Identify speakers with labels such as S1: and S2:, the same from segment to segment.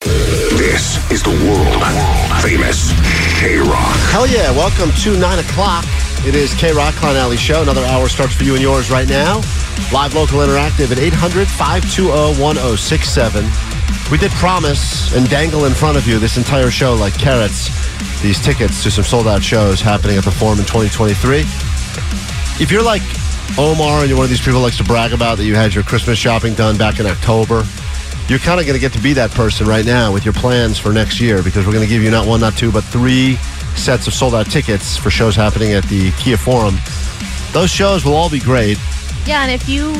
S1: This is the world famous K Rock.
S2: Hell yeah. Welcome to 9 o'clock. It is K Rock Klein Alley Show. Another hour starts for you and yours right now. Live local interactive at 800 520 1067. We did promise and dangle in front of you this entire show like carrots these tickets to some sold out shows happening at the Forum in 2023. If you're like Omar and you're one of these people who likes to brag about that you had your Christmas shopping done back in October, you're kind of going to get to be that person right now with your plans for next year because we're going to give you not one, not two, but three sets of sold out tickets for shows happening at the Kia Forum. Those shows will all be great.
S3: Yeah, and if you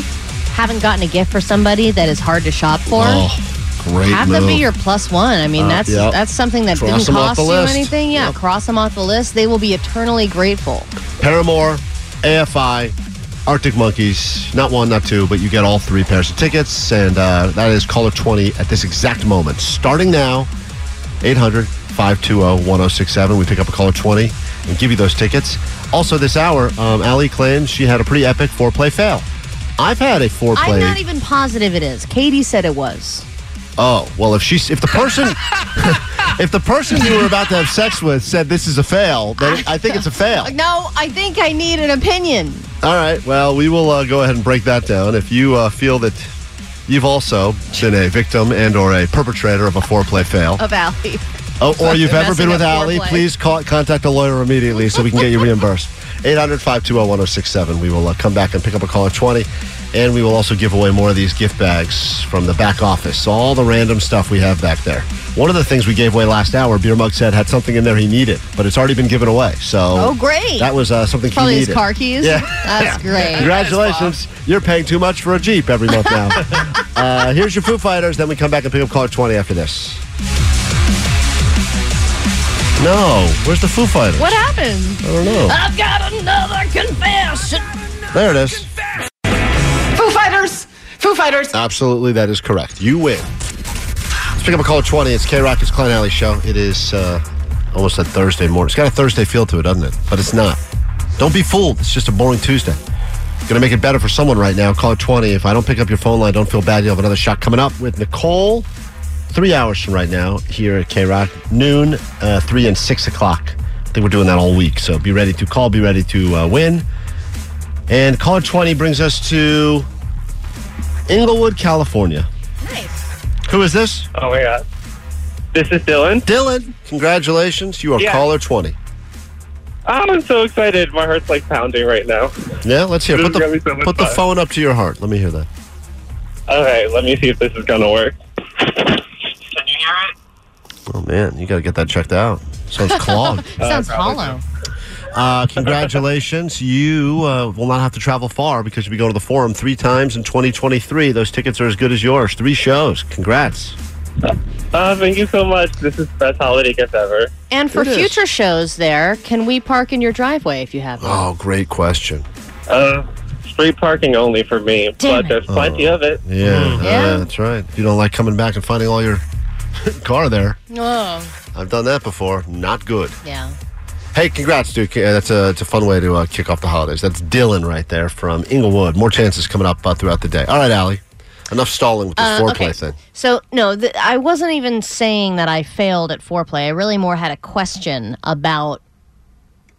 S3: haven't gotten a gift for somebody that is hard to shop for,
S2: oh, great
S3: have
S2: move.
S3: them be your plus one. I mean,
S2: Uh,
S3: that's
S2: yep.
S3: that's something that
S2: Cross
S3: didn't
S2: them off
S3: cost
S2: the
S3: you
S2: list.
S3: anything. Yeah,
S2: Yep.
S3: cross them off the list. They will be eternally grateful.
S2: Paramore, AFI, Arctic Monkeys. Not one, not two, but you get all three pairs of tickets. And uh, that is caller 20 at this exact moment. Starting now, 800 520 1067. We pick up a caller 20 and give you those tickets. Also, this hour, um, Allie claims she had a pretty epic four play fail. I've had a four
S3: I'm
S2: play.
S3: not e- even positive it is. Katie said it was.
S2: oh, well, if she's if the person. If the person you were about to have sex with said this is a fail, then I think it's a fail.
S3: Uh, No, I think I need an opinion.
S2: All right. Well, we will uh, go ahead and break that down. If you uh, feel that you've also been a victim and/or a perpetrator of a foreplay fail,
S3: Of Allie.
S2: oh, or you've ever
S3: messing
S2: been with
S3: up
S2: Allie,
S3: foreplay.
S2: please call, contact a lawyer immediately so we can get you reimbursed. 800-520-1067. We will uh, come back and pick up a caller 20, and we will also give away more of these gift bags from the back office. All the random stuff we have back there. One of the things we gave away last hour, Beer Mug said had something in there he needed, but it's already been given away. So
S3: Oh, great.
S2: That was uh, something
S3: Probably
S2: he
S3: his
S2: needed.
S3: car keys.
S2: Yeah.
S3: That's great.
S2: Congratulations. You're paying too much for a Jeep every month now. uh, here's your Foo Fighters. Then we come back and pick up caller 20 after this. No. Where's the Foo Fighters?
S3: What happened?
S2: I don't know.
S3: I've got another confession.
S2: There it is.
S4: Foo Fighters! Foo Fighters!
S2: Absolutely, that is correct. You win. Let's pick up a caller 20. It's K Rock. It's Klein Alley Show. It is uh, almost a Thursday morning. It's got a Thursday feel to it, doesn't it? But it's not. Don't be fooled. It's just a boring Tuesday. Gonna make it better for someone right now. Call 20. If I don't pick up your phone line, don't feel bad. You'll have another shot coming up with Nicole. Three hours from right now here at K Rock, noon, uh, three and six o'clock. I think we're doing that all week. So be ready to call, be ready to uh, win. And caller 20 brings us to Inglewood, California.
S3: Nice.
S2: Who is this?
S5: Oh my god. This is Dylan.
S2: Dylan. Congratulations. You are
S5: Yeah.
S2: caller 20.
S5: Oh, I'm so excited. My heart's like pounding right now.
S2: Yeah, let's hear. it.
S5: This
S2: Put
S5: is gonna
S2: the,
S5: be so much
S2: put the
S5: fun.
S2: phone up to your heart. Let me hear that.
S5: Okay, let me see if this is gonna work. Can you hear it?
S2: Oh, man. You got to get that checked out. Sounds clogged.
S3: Sounds hollow.
S2: Uh, congratulations. You uh, will not have to travel far because you'll be going to the forum three times in 2023. Those tickets are as good as yours. Three shows. Congrats.
S5: Oh, thank you so much. This is the best holiday gift ever.
S3: And for
S2: It is.
S3: future shows there, can we park in your driveway if you have one?
S2: Oh, great question.
S5: Uh, street parking only for me,
S3: Damn
S5: but there's plenty
S6: Oh.
S5: of it.
S2: Yeah, uh,
S3: Mm-hmm. Yeah.
S2: that's right. If you don't like coming back and finding all your car there,
S3: Oh,
S2: I've done that before. Not good.
S3: yeah.
S2: Hey, congrats, Duke. Uh, That's a, it's a fun way to uh, kick off the holidays. That's Dylan right there from Inglewood. More chances coming up uh, throughout the day. All right, Allie. Enough stalling with this
S3: Uh,
S2: foreplay
S3: okay.
S2: thing.
S3: So no, th- I wasn't even saying that I failed at foreplay. I really more had a question about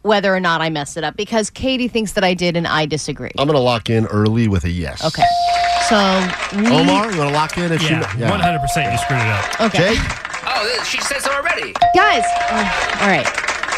S3: whether or not I messed it up because Katie thinks that I did and I disagree.
S2: I'm going to lock in early with a yes.
S3: Okay. So we,
S2: Omar, you want to lock in? If
S6: Yeah,
S2: she,
S6: 100% you screwed it up.
S3: okay,
S2: Jake,
S7: Oh, she says so already.
S3: guys. uh, all right,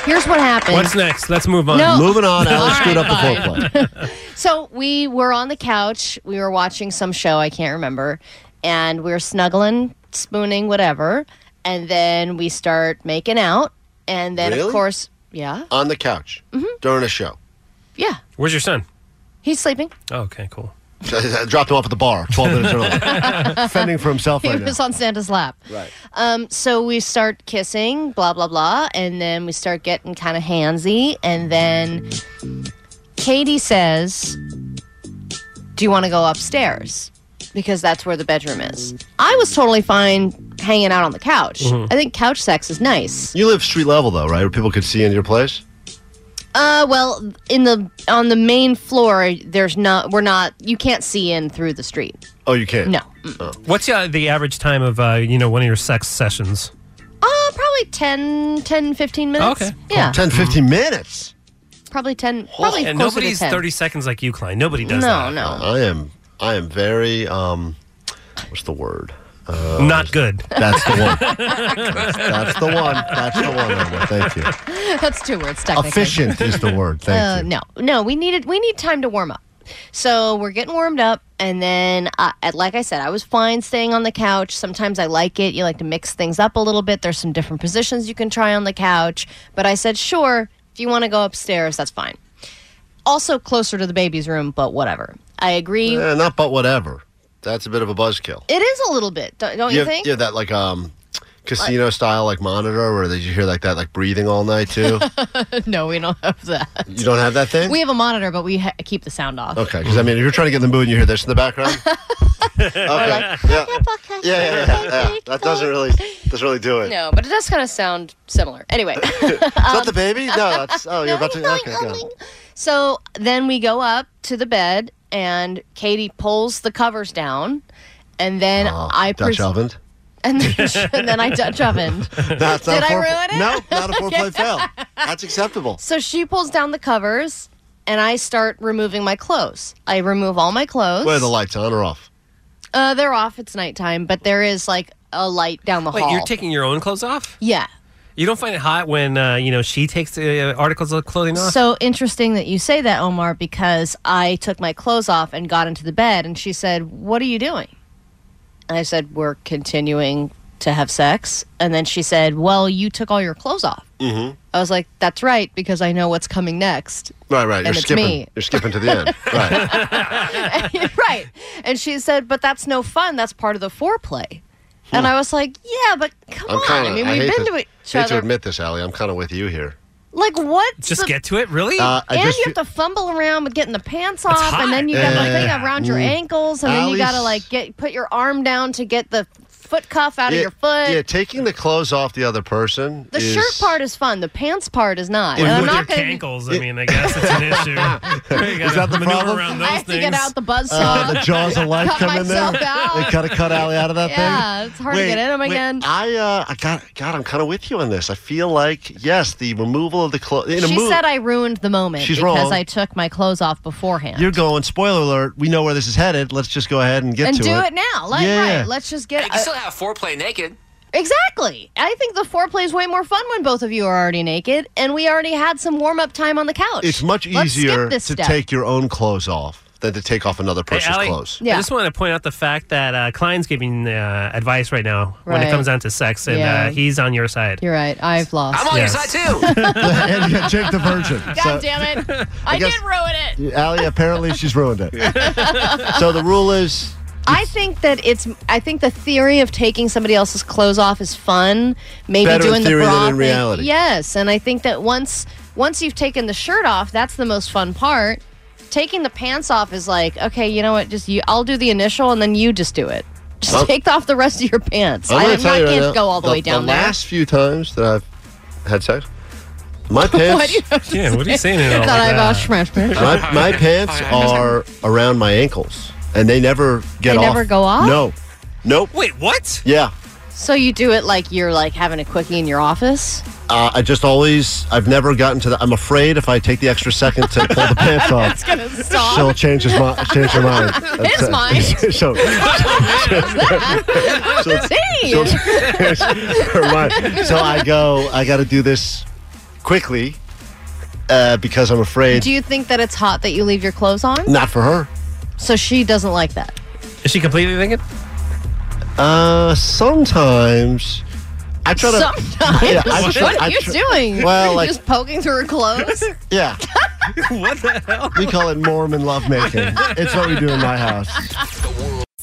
S3: here's what happened.
S6: What's next? Let's move on.
S3: No.
S2: moving on.
S3: Oh. All
S2: Alex
S3: right,
S2: screwed up the foreplay.
S3: So we were on the couch. We were watching some show. I can't remember. And we were snuggling, spooning, whatever. And then we start making out. And then,
S2: Really?
S3: of course, yeah,
S2: on the couch
S3: Mm-hmm.
S2: during a show.
S3: yeah.
S6: Where's your son?
S3: He's sleeping.
S6: Oh, okay, cool.
S2: I dropped him off at the bar 12 minutes early. Fending for himself
S3: He
S2: right
S3: was
S2: now.
S3: on Santa's lap.
S2: Right.
S3: Um, so we start kissing, blah, blah, blah. And then we start getting kind of handsy. And then Katie says, Do you want to go upstairs? Because that's where the bedroom is. I was totally fine hanging out on the couch. I think couch sex is nice.
S2: You live street level, though, right? Where people could see into your place?
S3: Uh, well, in the on the main floor, there's not we're not you can't see in through the street.
S2: Oh, you can't?
S3: No, Mm.
S6: What's uh, the average time of uh, you know one of your sex sessions?
S3: uh, probably 10, 10, 15 minutes.
S6: Okay.
S3: yeah,
S2: 10, 15 minutes.
S3: probably ten, probably
S6: And
S3: closer to
S6: nobody's
S3: 10.
S6: thirty seconds like you, Klein. Nobody does
S3: No,
S6: that.
S3: no.
S2: Uh, I am, I am very, um, what's the word?
S6: not good.
S2: That's the one. That's the one. That's the one. Emma. Thank you.
S3: That's two words technically.
S2: Efficient is the word. Thank
S3: Uh,
S2: you.
S3: no, no. We needed we need time to warm up. So we're getting warmed up, and then uh, at, like I said, I was fine staying on the couch. Sometimes I like it. You like to mix things up a little bit. There's some different positions you can try on the couch. But I said, sure, if you want to go upstairs, that's fine. Also closer to the baby's room, but whatever. I agree.
S2: Eh, not but whatever. That's a bit of a buzzkill.
S3: It is a little bit, don't, don't you,
S2: you have,
S3: think?
S2: you have that like um casino style like monitor where they, you hear like that like breathing all night too.
S3: No, we don't have that.
S2: you don't have that thing.
S3: We have a monitor, but we ha- keep the sound off.
S2: okay, because I mean, if you're trying to get in the mood and you hear this in the background. okay. yeah. yeah, yeah, yeah, yeah. That doesn't really doesn't really do it.
S3: No, Um, but it does kind of sound similar. Anyway.
S2: Is that the baby?
S3: uh,
S2: No, that's oh, you're about to. Okay, yeah.
S3: So then we go up to the bed, and Katie pulls the covers down, and then
S2: Oh,
S3: I
S2: Dutch
S3: pres-
S2: oven.
S3: and then, and then I Dutch ovened.
S2: That's
S3: Did
S2: not a
S3: I
S2: foreplay-
S3: ruin it?
S2: No, not a foreplay fail. That's acceptable.
S3: So she pulls down the covers, and I start removing my clothes. I remove all my clothes.
S2: Where are the lights on or off?
S3: uh, they're off. It's nighttime, but there is like a light down the
S6: Wait,
S3: hall.
S6: you're taking your own clothes off?
S3: yeah.
S6: You don't find it hot when uh, you know she takes the uh, articles of clothing off?
S3: So interesting that you say that, Omar, because I took my clothes off and got into the bed, and she said, What are you doing? And I said, We're continuing to have sex. And then she said, Well, you took all your clothes off. Mm-hmm. I was like, That's right, because I know what's coming next.
S2: Right, right. You're
S3: it's
S2: skipping.
S3: me.
S2: You're skipping to the end. Right.
S3: right. And she said, But that's no fun. That's part of the foreplay. And I was like, Yeah, but come
S2: I'm
S3: on.
S2: kind of.
S3: I mean, we've
S2: hate
S3: been
S2: to,
S3: to e-, each
S2: hate to
S3: other.
S2: admit this, Allie. I'm kind of with you here.
S3: like, what?
S6: Just get to it, really?
S2: Uh, I
S3: and
S2: just
S3: you
S2: fe-
S3: have to fumble around with getting the pants off,
S6: hot.
S3: and then you got the
S2: Yeah. Mm.
S3: thing around your ankles, and then you
S2: Alice-
S3: got to like get put your arm down to get the foot cuff out
S2: yeah,
S3: of your foot.
S2: Yeah, taking the clothes off the other person.
S3: the
S2: is-
S3: shirt part is fun. The pants part is not.
S6: with
S3: And I'm
S6: your
S3: not going to.
S6: cankles, I mean, I guess it's an issue. you
S2: Is
S6: gotta
S2: that the
S6: maneuver
S2: problem?
S6: around
S3: I
S6: those
S3: have to
S6: things.
S3: get out the buzzsaw.
S2: Uh, the jaws of life
S3: Cut
S2: come in there.
S3: myself out.
S2: They cut a cut Allie out of that thing.
S3: Yeah, it's hard to get in Oh 'em again.
S2: I uh, I got God. I'm kind of with you on this. I feel like yes, the removal of the clothes.
S3: she said I ruined the moment
S2: She's
S3: because
S2: wrong.
S3: I took my clothes off beforehand.
S2: You're going. Spoiler alert. We know where this is headed. Let's just go ahead and get
S3: and
S2: to
S3: do
S2: it.
S3: it. now. Like,
S2: Yeah.
S3: right. Let's just get.
S7: You can still have foreplay naked.
S3: Exactly. I think the foreplay is way more fun when both of you are already naked, and we already had some warm up time on the couch.
S2: It's much
S3: Let's skip
S2: easier to
S3: this step.
S2: take your own clothes off than to take off another
S6: Hey,
S2: person's
S6: Allie,
S2: clothes.
S3: Yeah.
S6: I just want to point out the fact that uh, Klein's giving uh, advice right now when it
S3: Right.
S6: comes down to sex, and
S3: Yeah.
S6: uh, he's on your side.
S3: You're right. I've lost.
S7: I'm on
S6: Yes.
S7: your side too.
S2: and you got Jake the Virgin.
S3: God damn it! I,
S2: guess-
S3: did ruin it.
S2: Allie, apparently she's ruined it. so the rule is
S3: I think that it's. I think the theory of taking somebody else's clothes off is fun. Maybe
S2: Better in
S3: doing
S2: theory
S3: the
S2: than
S3: bra
S2: in
S3: thing.
S2: reality.
S3: Yes, and I think that once once you've taken the shirt off, that's the most fun part. Taking the pants off is like, okay, you know what? Just you. I'll do the initial, and then you just do it. Just
S2: Well-
S3: take off the rest of your pants.
S2: I'm
S3: I
S2: gonna
S3: am
S2: tell
S3: not
S2: you
S3: going
S2: right
S3: to
S2: now,
S3: go all the, way down there.
S2: last few times that I've had sex, my pants,
S6: Yeah, what are you saying?
S3: I
S2: oh
S6: That
S3: thought I
S6: like
S3: lost
S6: that?
S3: smash smash.
S2: my, my pants are around my ankles, and they never get
S3: They
S2: off.
S3: never go off?
S2: No, nope.
S6: Wait, what?
S2: Yeah,
S3: So you do it like you're like having a quickie in your office?
S2: Uh, I just always, I've never gotten to the. I'm afraid if I take the extra second to pull the pants off,
S3: gonna stop.
S2: she'll change his mind. Change her mind.
S3: It's
S2: That's-
S3: mine.
S2: she'll, she'll- she'll change her mind. So I go. I got to do this quickly uh, because I'm afraid.
S3: Do you think that it's hot that you leave your clothes on?
S2: Not for her.
S3: So she doesn't like that.
S6: Is she completely thinking?
S2: Uh, sometimes I try to.
S3: Sometimes.
S2: Yeah, I tr-
S3: what
S2: I
S3: are you
S2: tr-
S3: doing?
S2: Well, like-
S3: just poking through her clothes.
S2: Yeah.
S6: What the hell?
S2: We call it Mormon lovemaking. It's what we do in my house.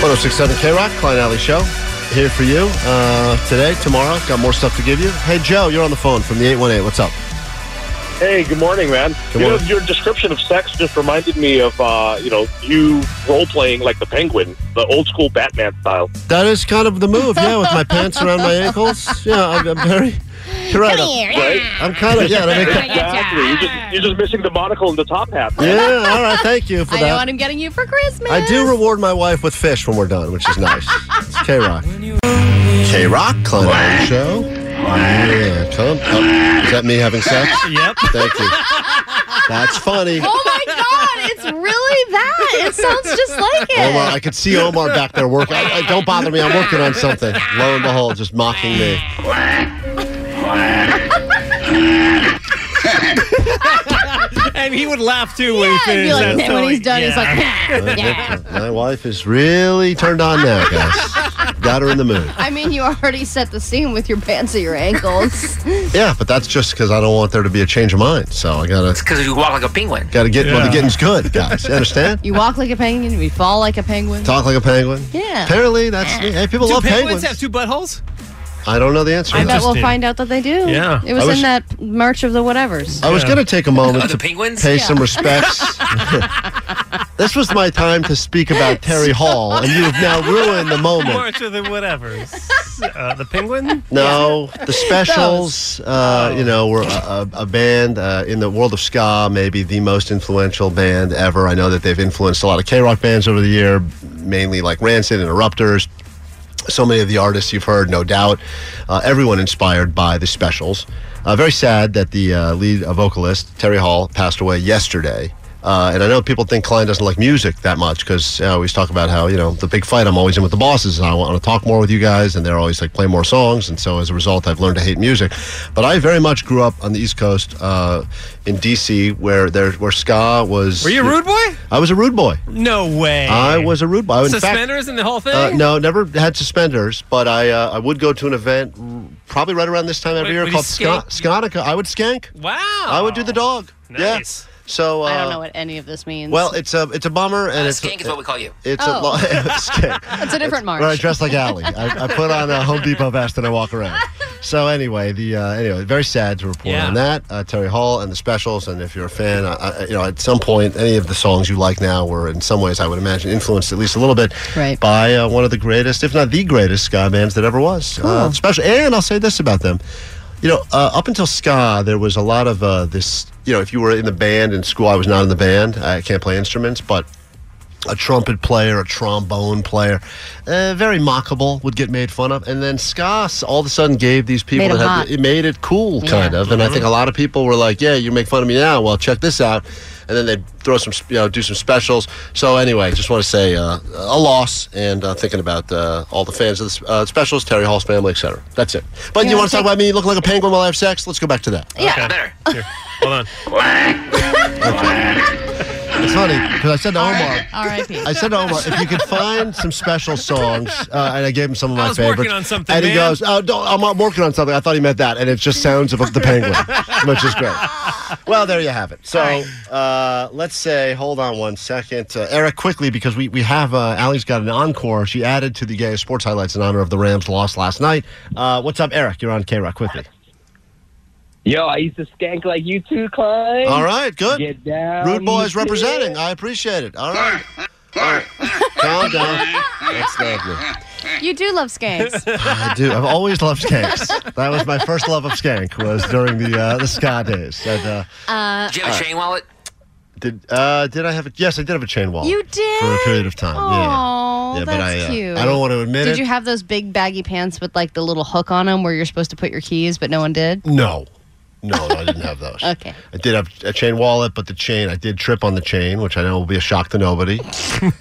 S2: 1067 K Rock, Klein Alley Show. Here for you uh, today, tomorrow. Got more stuff to give you. Hey, Joe, you're on the phone from the 818. What's up?
S5: Hey, good morning, man.
S2: Good
S5: you
S2: morning.
S5: know, your description of sex just reminded me of, uh, you know, you role playing like the penguin, the old school Batman style.
S2: That is kind of the move, yeah, with my pants around my ankles. Yeah, I'm, I'm very. You're right. I'm,
S5: Right?
S2: I'm kind of, yeah, that make that-
S5: Exactly. You're just, you're just missing the monocle and the top hat.
S2: yeah, all right, thank you for
S3: I know
S2: that.
S3: what I'm getting you for Christmas.
S2: I do reward my wife with fish when we're done, which is nice. It's K Rock. K Rock Clinic Show. Yeah, come. Oh, is that me having sex?
S6: Yep.
S2: Thank you. That's funny.
S3: Oh my God! It's really that. It sounds just like it.
S2: Omar, I could see Omar back there working. I, I- don't bother me. I'm working on something. Lo and behold, just mocking me.
S6: And he would laugh too when he
S3: yeah, and
S6: finished.
S3: be like,
S6: That's
S3: when he's
S6: totally-
S3: done, he's
S6: yeah.
S3: like, yeah.
S2: My wife is really turned on now, guys. Got her in the mood.
S3: I mean, you already set the scene with your pants at your ankles.
S2: Yeah, but that's just because I don't want there to be a change of mind. So I gotta
S7: because you walk like a penguin.
S2: gotta get when
S6: Yeah.
S2: the getting's good, guys. You understand?
S3: you walk like a penguin, you fall like a penguin.
S2: Talk like a penguin.
S3: Yeah.
S2: Apparently, that's hey, people
S6: Do
S2: love penguins.
S6: penguins, have two buttholes?
S2: I don't know the answer.
S3: I
S2: to that.
S3: bet we'll
S6: Interesting.
S3: find out that they do.
S6: Yeah.
S3: It was,
S2: I was-
S3: in that March of the Whatevers.
S2: I was
S6: Yeah.
S2: going to take a moment
S7: Other
S2: to
S7: penguins?
S2: pay some respects. this was my time to speak about Terry Hall, and you've now ruined the moment.
S6: March of the whatevers. Uh, the penguin?
S2: No, the specials, uh, you know, were a, a, a band uh, in the world of ska, maybe the most influential band ever. I know that they've influenced a lot of K rock bands over the year, mainly like Rancid and Eruptors. So many of the artists you've heard, no doubt, uh, everyone inspired by the specials. Uh, very sad that the uh, lead uh, vocalist, Terry Hall, passed away yesterday. Uh, and I know people think Klein doesn't like music that much because I always talk about how, you know, the big fight I'm always in with the bosses and I want to talk more with you guys and they're always like, play more songs. And so as a result, I've learned to hate music. But I very much grew up on the East Coast uh, in D.C. where there where ska was.
S6: Were you a rude boy?
S2: I was a rude boy.
S6: No way.
S2: I was a rude boy. In fact-
S6: Suspenders and the whole thing?
S2: uh, no, never had suspenders, but I uh, I would go to an event r- probably right around this time every
S6: Wait,
S2: year
S6: would you
S2: called Ska-
S6: skank?
S2: Skanica. I would skank.
S6: Wow.
S2: I would do the dog.
S6: Nice.
S2: Yeah. So uh,
S3: I don't know what any of this means.
S2: Well, it's a it's a bummer and
S7: Uh,
S2: it's
S7: skank is what we call you.
S2: It's a
S3: Oh.
S2: lo- skank.
S3: it's a different
S2: Where I
S3: March.
S2: dress like Allie. I, I put on a Home Depot vest and I walk around. So anyway, the uh, anyway, very sad to report
S6: Yeah.
S2: on that. Uh, Terry Hall and the specials, and if you're a fan, I, I, you know at some point any of the songs you like now were in some ways I would imagine influenced at least a little bit
S3: Right.
S2: by uh, one of the greatest, if not the greatest, ska bands that ever was. Uh, special, and I'll say this about them. You know, uh, up until ska, there was a lot of uh, this. You know, if you were in the band in school, I was not in the band. I can't play instruments, but a trumpet player, a trombone player, uh, very mockable, would get made fun of. And then ska s- all of a sudden gave these people
S3: Made 'em
S2: that
S3: hot.
S2: had, it made it cool, kind
S3: Yeah.
S2: of. And I think a lot of people were like, "Yeah, you make fun of me now. Well, check this out." And then they throw some, sp- you know, do some specials. So anyway, just want to say uh, a loss, and uh, thinking about uh, all the fans of the s- uh, specials, Terry Hall's family, etc. That's it. But
S3: You
S2: you
S3: wanna
S2: want to talk
S3: take-
S2: about me looking like a penguin while I have sex? Let's go back to that.
S3: yeah.
S6: Okay.
S7: Better.
S6: Here, hold on.
S2: It's funny because I said to Omar.
S3: R.I.P.
S2: I said to Omar, if you could find some special songs, uh, and I gave him some of my
S6: was working
S2: favorites.
S6: on something,
S2: and he
S6: man.
S2: goes, "Oh, don't, I'm I'm working on something." I thought he meant that, and it's just sounds of the penguin, which is great. Well, there you have it. So uh, let's say, hold on one second, uh, Eric, quickly, because we we have uh, Allie's got an encore. She added to the gay sports highlights in honor of the Rams' loss last night. Uh, what's up, Eric? You're on K Rock quickly.
S8: Yo, I used to skank like you too, Klein.
S2: All right, good.
S8: Get down.
S2: Rude boys
S8: you
S2: representing. I appreciate it. All right. Calm down.
S9: That's lovely.
S3: You do love skanks.
S2: I do. I've always loved skanks. That was my first love of skank was during the uh, the ska days. And, uh,
S3: Uh,
S7: Did you have a chain wallet?
S2: did uh, did I have a yes? I did have a chain wallet.
S3: you did.
S2: for a period of time.
S3: Oh,
S2: yeah, yeah,
S3: that's
S2: but I uh,
S3: cute.
S2: I don't want to admit
S3: Did
S2: it.
S3: you have those big baggy pants with like the little hook on them where you're supposed to put your keys, but no one did?
S2: no, no, no, I didn't have those.
S3: Okay.
S2: I did have a chain wallet, but the chain I did trip on the chain, which I know will be a shock to nobody.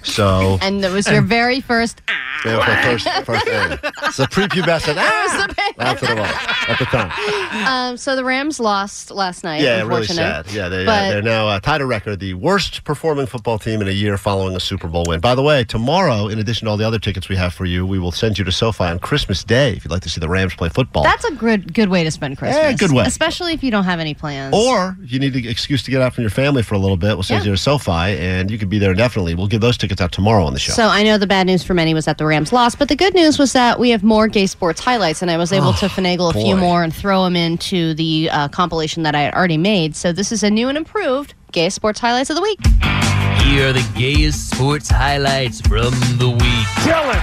S2: so
S3: And that was your very first. Ah,
S2: that was my first first aid. It's a prepubescent. Ah!
S3: that was the-
S2: That's what it was at the time.
S3: um, so the Rams lost last night.
S2: Yeah, really
S3: unfortunate.
S2: sad. Yeah, they,
S3: But-
S2: uh, they're now uh, tied a record, the worst performing football team in a year following a Super Bowl win. By the way, tomorrow, in addition to all the other tickets we have for you, we will send you to SoFi on Christmas Day if you'd like to see the Rams play football.
S3: That's a good good way to spend Christmas.
S2: Yeah, good way.
S3: Especially if you don't have any plans.
S2: or if you need an excuse to get out from your family for a little bit, we'll send
S3: Yeah.
S2: you to SoFi, and you could be there indefinitely. We'll give those tickets out tomorrow on the show.
S3: So I know the bad news for many was that the Rams lost, but the good news was that we have more gay sports highlights, and I was able to finagle a few
S2: boy.
S3: more and throw them into the uh, compilation that I had already made. So this is a new and improved gay sports highlights of the week.
S10: Here are the gayest sports highlights from the week.
S11: Dylan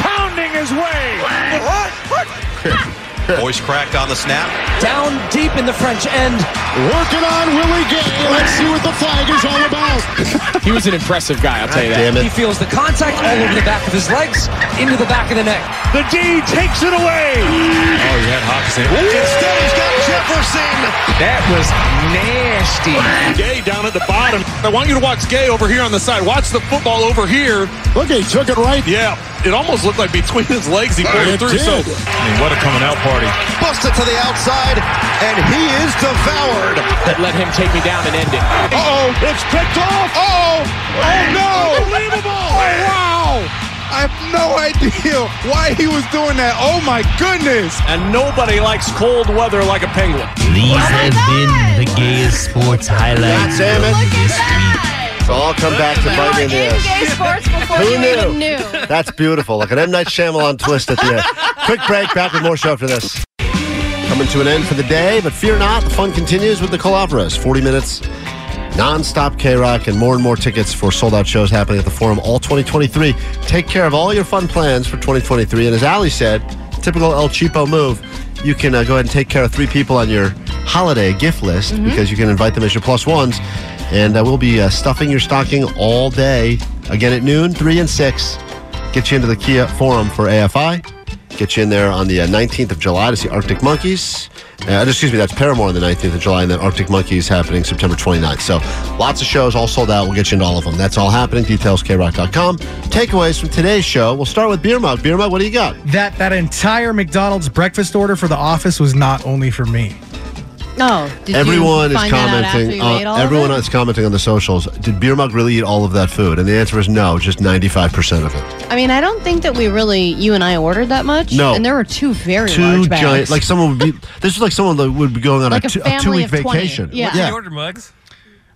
S11: pounding his way.
S9: Voice cracked on the snap.
S11: Down deep in the French end.
S2: Working on Willie Gay. Let's see what the flag is all about.
S11: He was an impressive guy, I'll tell you that.
S2: Damn it.
S11: He feels the contact all over the back of his legs, into the back of the neck. The D takes it away.
S9: Oh, you had Hawkinson.
S2: Instead, he's got Jefferson.
S11: That was nasty.
S12: Gay down at the bottom. I want you to watch Gay over here on the side. Watch the football over here.
S2: Look, he took it right.
S12: Yeah, it almost looked like between his legs he pulled
S9: It
S12: it through.
S9: did.
S12: So, I mean, what a coming out party.
S9: Busted to the outside, and he is devoured.
S11: That let him take me down and end it.
S9: Uh-oh, it's picked off. Oh, oh no. Unbelievable. Oh, wow. I have no idea why he was doing that. Oh, my goodness.
S12: And nobody likes cold weather like a penguin.
S10: These have been the gayest sports highlights.
S2: God damn it.
S10: of this
S2: It's all come back to bite me in the ass.
S3: gay sports before
S2: Who you knew? even
S3: knew.
S2: That's beautiful. Like an M. Night Shyamalan twist at the end. Quick break. Back with more show after this. Coming to an end for the day, but fear not. The fun continues with Nicole Alvarez. 40 minutes nonstop K Rock and more and more tickets for sold out shows happening at the Forum all 2023. Take care of all your fun plans for 2023. And as Ali said, typical El Cheapo move, you can uh, go ahead and take care of three people on your holiday gift list because you can invite them as your plus ones. And uh, we'll be uh, stuffing your stocking all day, again at noon, 3 and 6. Get you into the Kia Forum for AFI. Get you in there on the uh, 19th of July to see Arctic Monkeys. Uh, excuse me, that's Paramore on the 19th of July, and then Arctic Monkeys happening September 29th. So lots of shows all sold out. We'll get you into all of them. That's all happening. Details, krock.com. Takeaways from today's show. We'll start with Beer Mug. Beer Mug, what do you got?
S13: That that entire McDonald's breakfast order for the office was not only for me.
S3: No, Oh, did
S2: everyone
S3: you
S2: is
S3: find That out after
S2: commenting.
S3: you
S2: on-
S3: ate all of
S2: everyone
S3: it?
S2: is commenting on the socials. Did Beer Mug really eat all of that food? And the answer is no, just 95% of it.
S3: I mean, I don't think that we really you and I ordered that much.
S2: No.
S3: and there were two very
S2: Two
S3: large bags.
S2: giant, like someone would be. This is like someone that would be going on
S3: Like
S2: a
S3: a
S2: two- a
S3: family
S2: two week
S3: of 20.
S2: vacation.
S3: Yeah.
S6: What did you order, Mugs?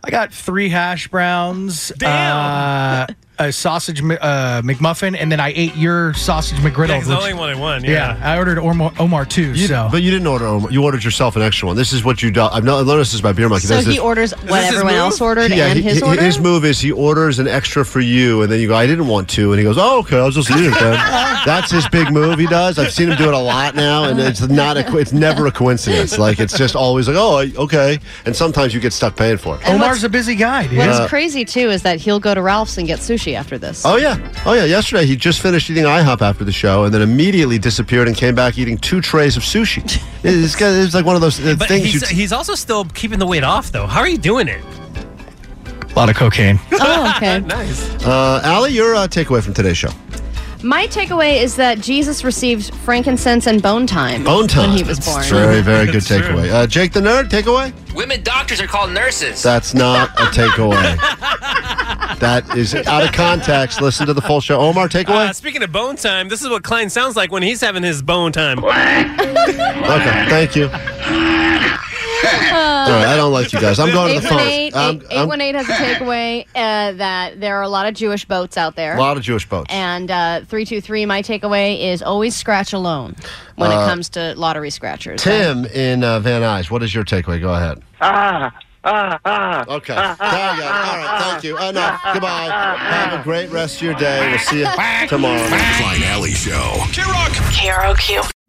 S13: I got three hash browns, uh, a sausage mi- uh, McMuffin, and then I ate your sausage McGriddle.
S6: Yeah, 'cause the
S13: which-
S6: only one I won,
S13: Yeah,
S6: yeah.
S13: I ordered Omar, Omar too.
S2: You-
S13: so
S2: But you didn't order. Omar- You ordered yourself an extra one. This is what you do. I've not- I've noticed this about beer monkey.
S3: so
S2: There's
S3: he
S2: this-
S3: orders what everyone else ordered
S2: Yeah,
S3: and
S2: he-
S3: his
S2: he-
S3: order.
S2: His move is he orders an extra for you, and then you go, "I didn't want to," and he goes, "Oh, okay, I'll just eat it then." That's his big move. He does. I've seen him do it a lot now, and it's not a. co- It's never a coincidence. Like it's just always like, "Oh, I- okay," and sometimes you get stuck paying for it.
S13: Omar's a busy guy. Dude.
S3: What's
S2: Yeah.
S3: crazy too is that he'll go to Ralph's and get sushi after this.
S2: Oh yeah, oh yeah. Yesterday he just finished eating IHOP after the show, and then immediately disappeared and came back eating two trays of sushi. It's, it's like one of those uh,
S6: But
S2: things. you
S6: he's, he's also still keeping the weight off, though. How are you doing it?
S13: A lot of cocaine.
S3: oh okay.
S6: Nice.
S2: Uh, Allie, your uh, takeaway from today's show.
S3: My takeaway is that Jesus received frankincense and bone time.
S2: Bone time.
S3: When he was born.
S2: Very, very good takeaway. Uh, Jake the Nerd, takeaway?
S7: Women doctors are called nurses.
S2: That's not a takeaway. that is out of context. Listen to the full show. Omar,
S6: Uh,
S2: takeaway?
S6: speaking of bone time, this is what Klein sounds like when he's having his bone time.
S2: Okay, thank you.
S3: Uh,
S2: All right, I don't like you guys. I'm going to the phone.
S3: 818,
S2: I'm- I'm-
S3: 818 has a
S2: Um,
S3: takeaway uh, that there are a lot of Jewish boats out there.
S2: a lot of Jewish boats.
S3: And uh, 323, my takeaway is always scratch alone when
S2: Uh,
S3: it comes to lottery scratchers.
S2: Tim in uh, Van Nuys, what is your takeaway? Go ahead.
S3: Ah, ah, ah.
S2: Okay. There you go. All right. Thank you. Enough. Goodbye. Have a great rest of your day. We'll see you tomorrow.
S1: Klein Alley Show.
S14: KROQ.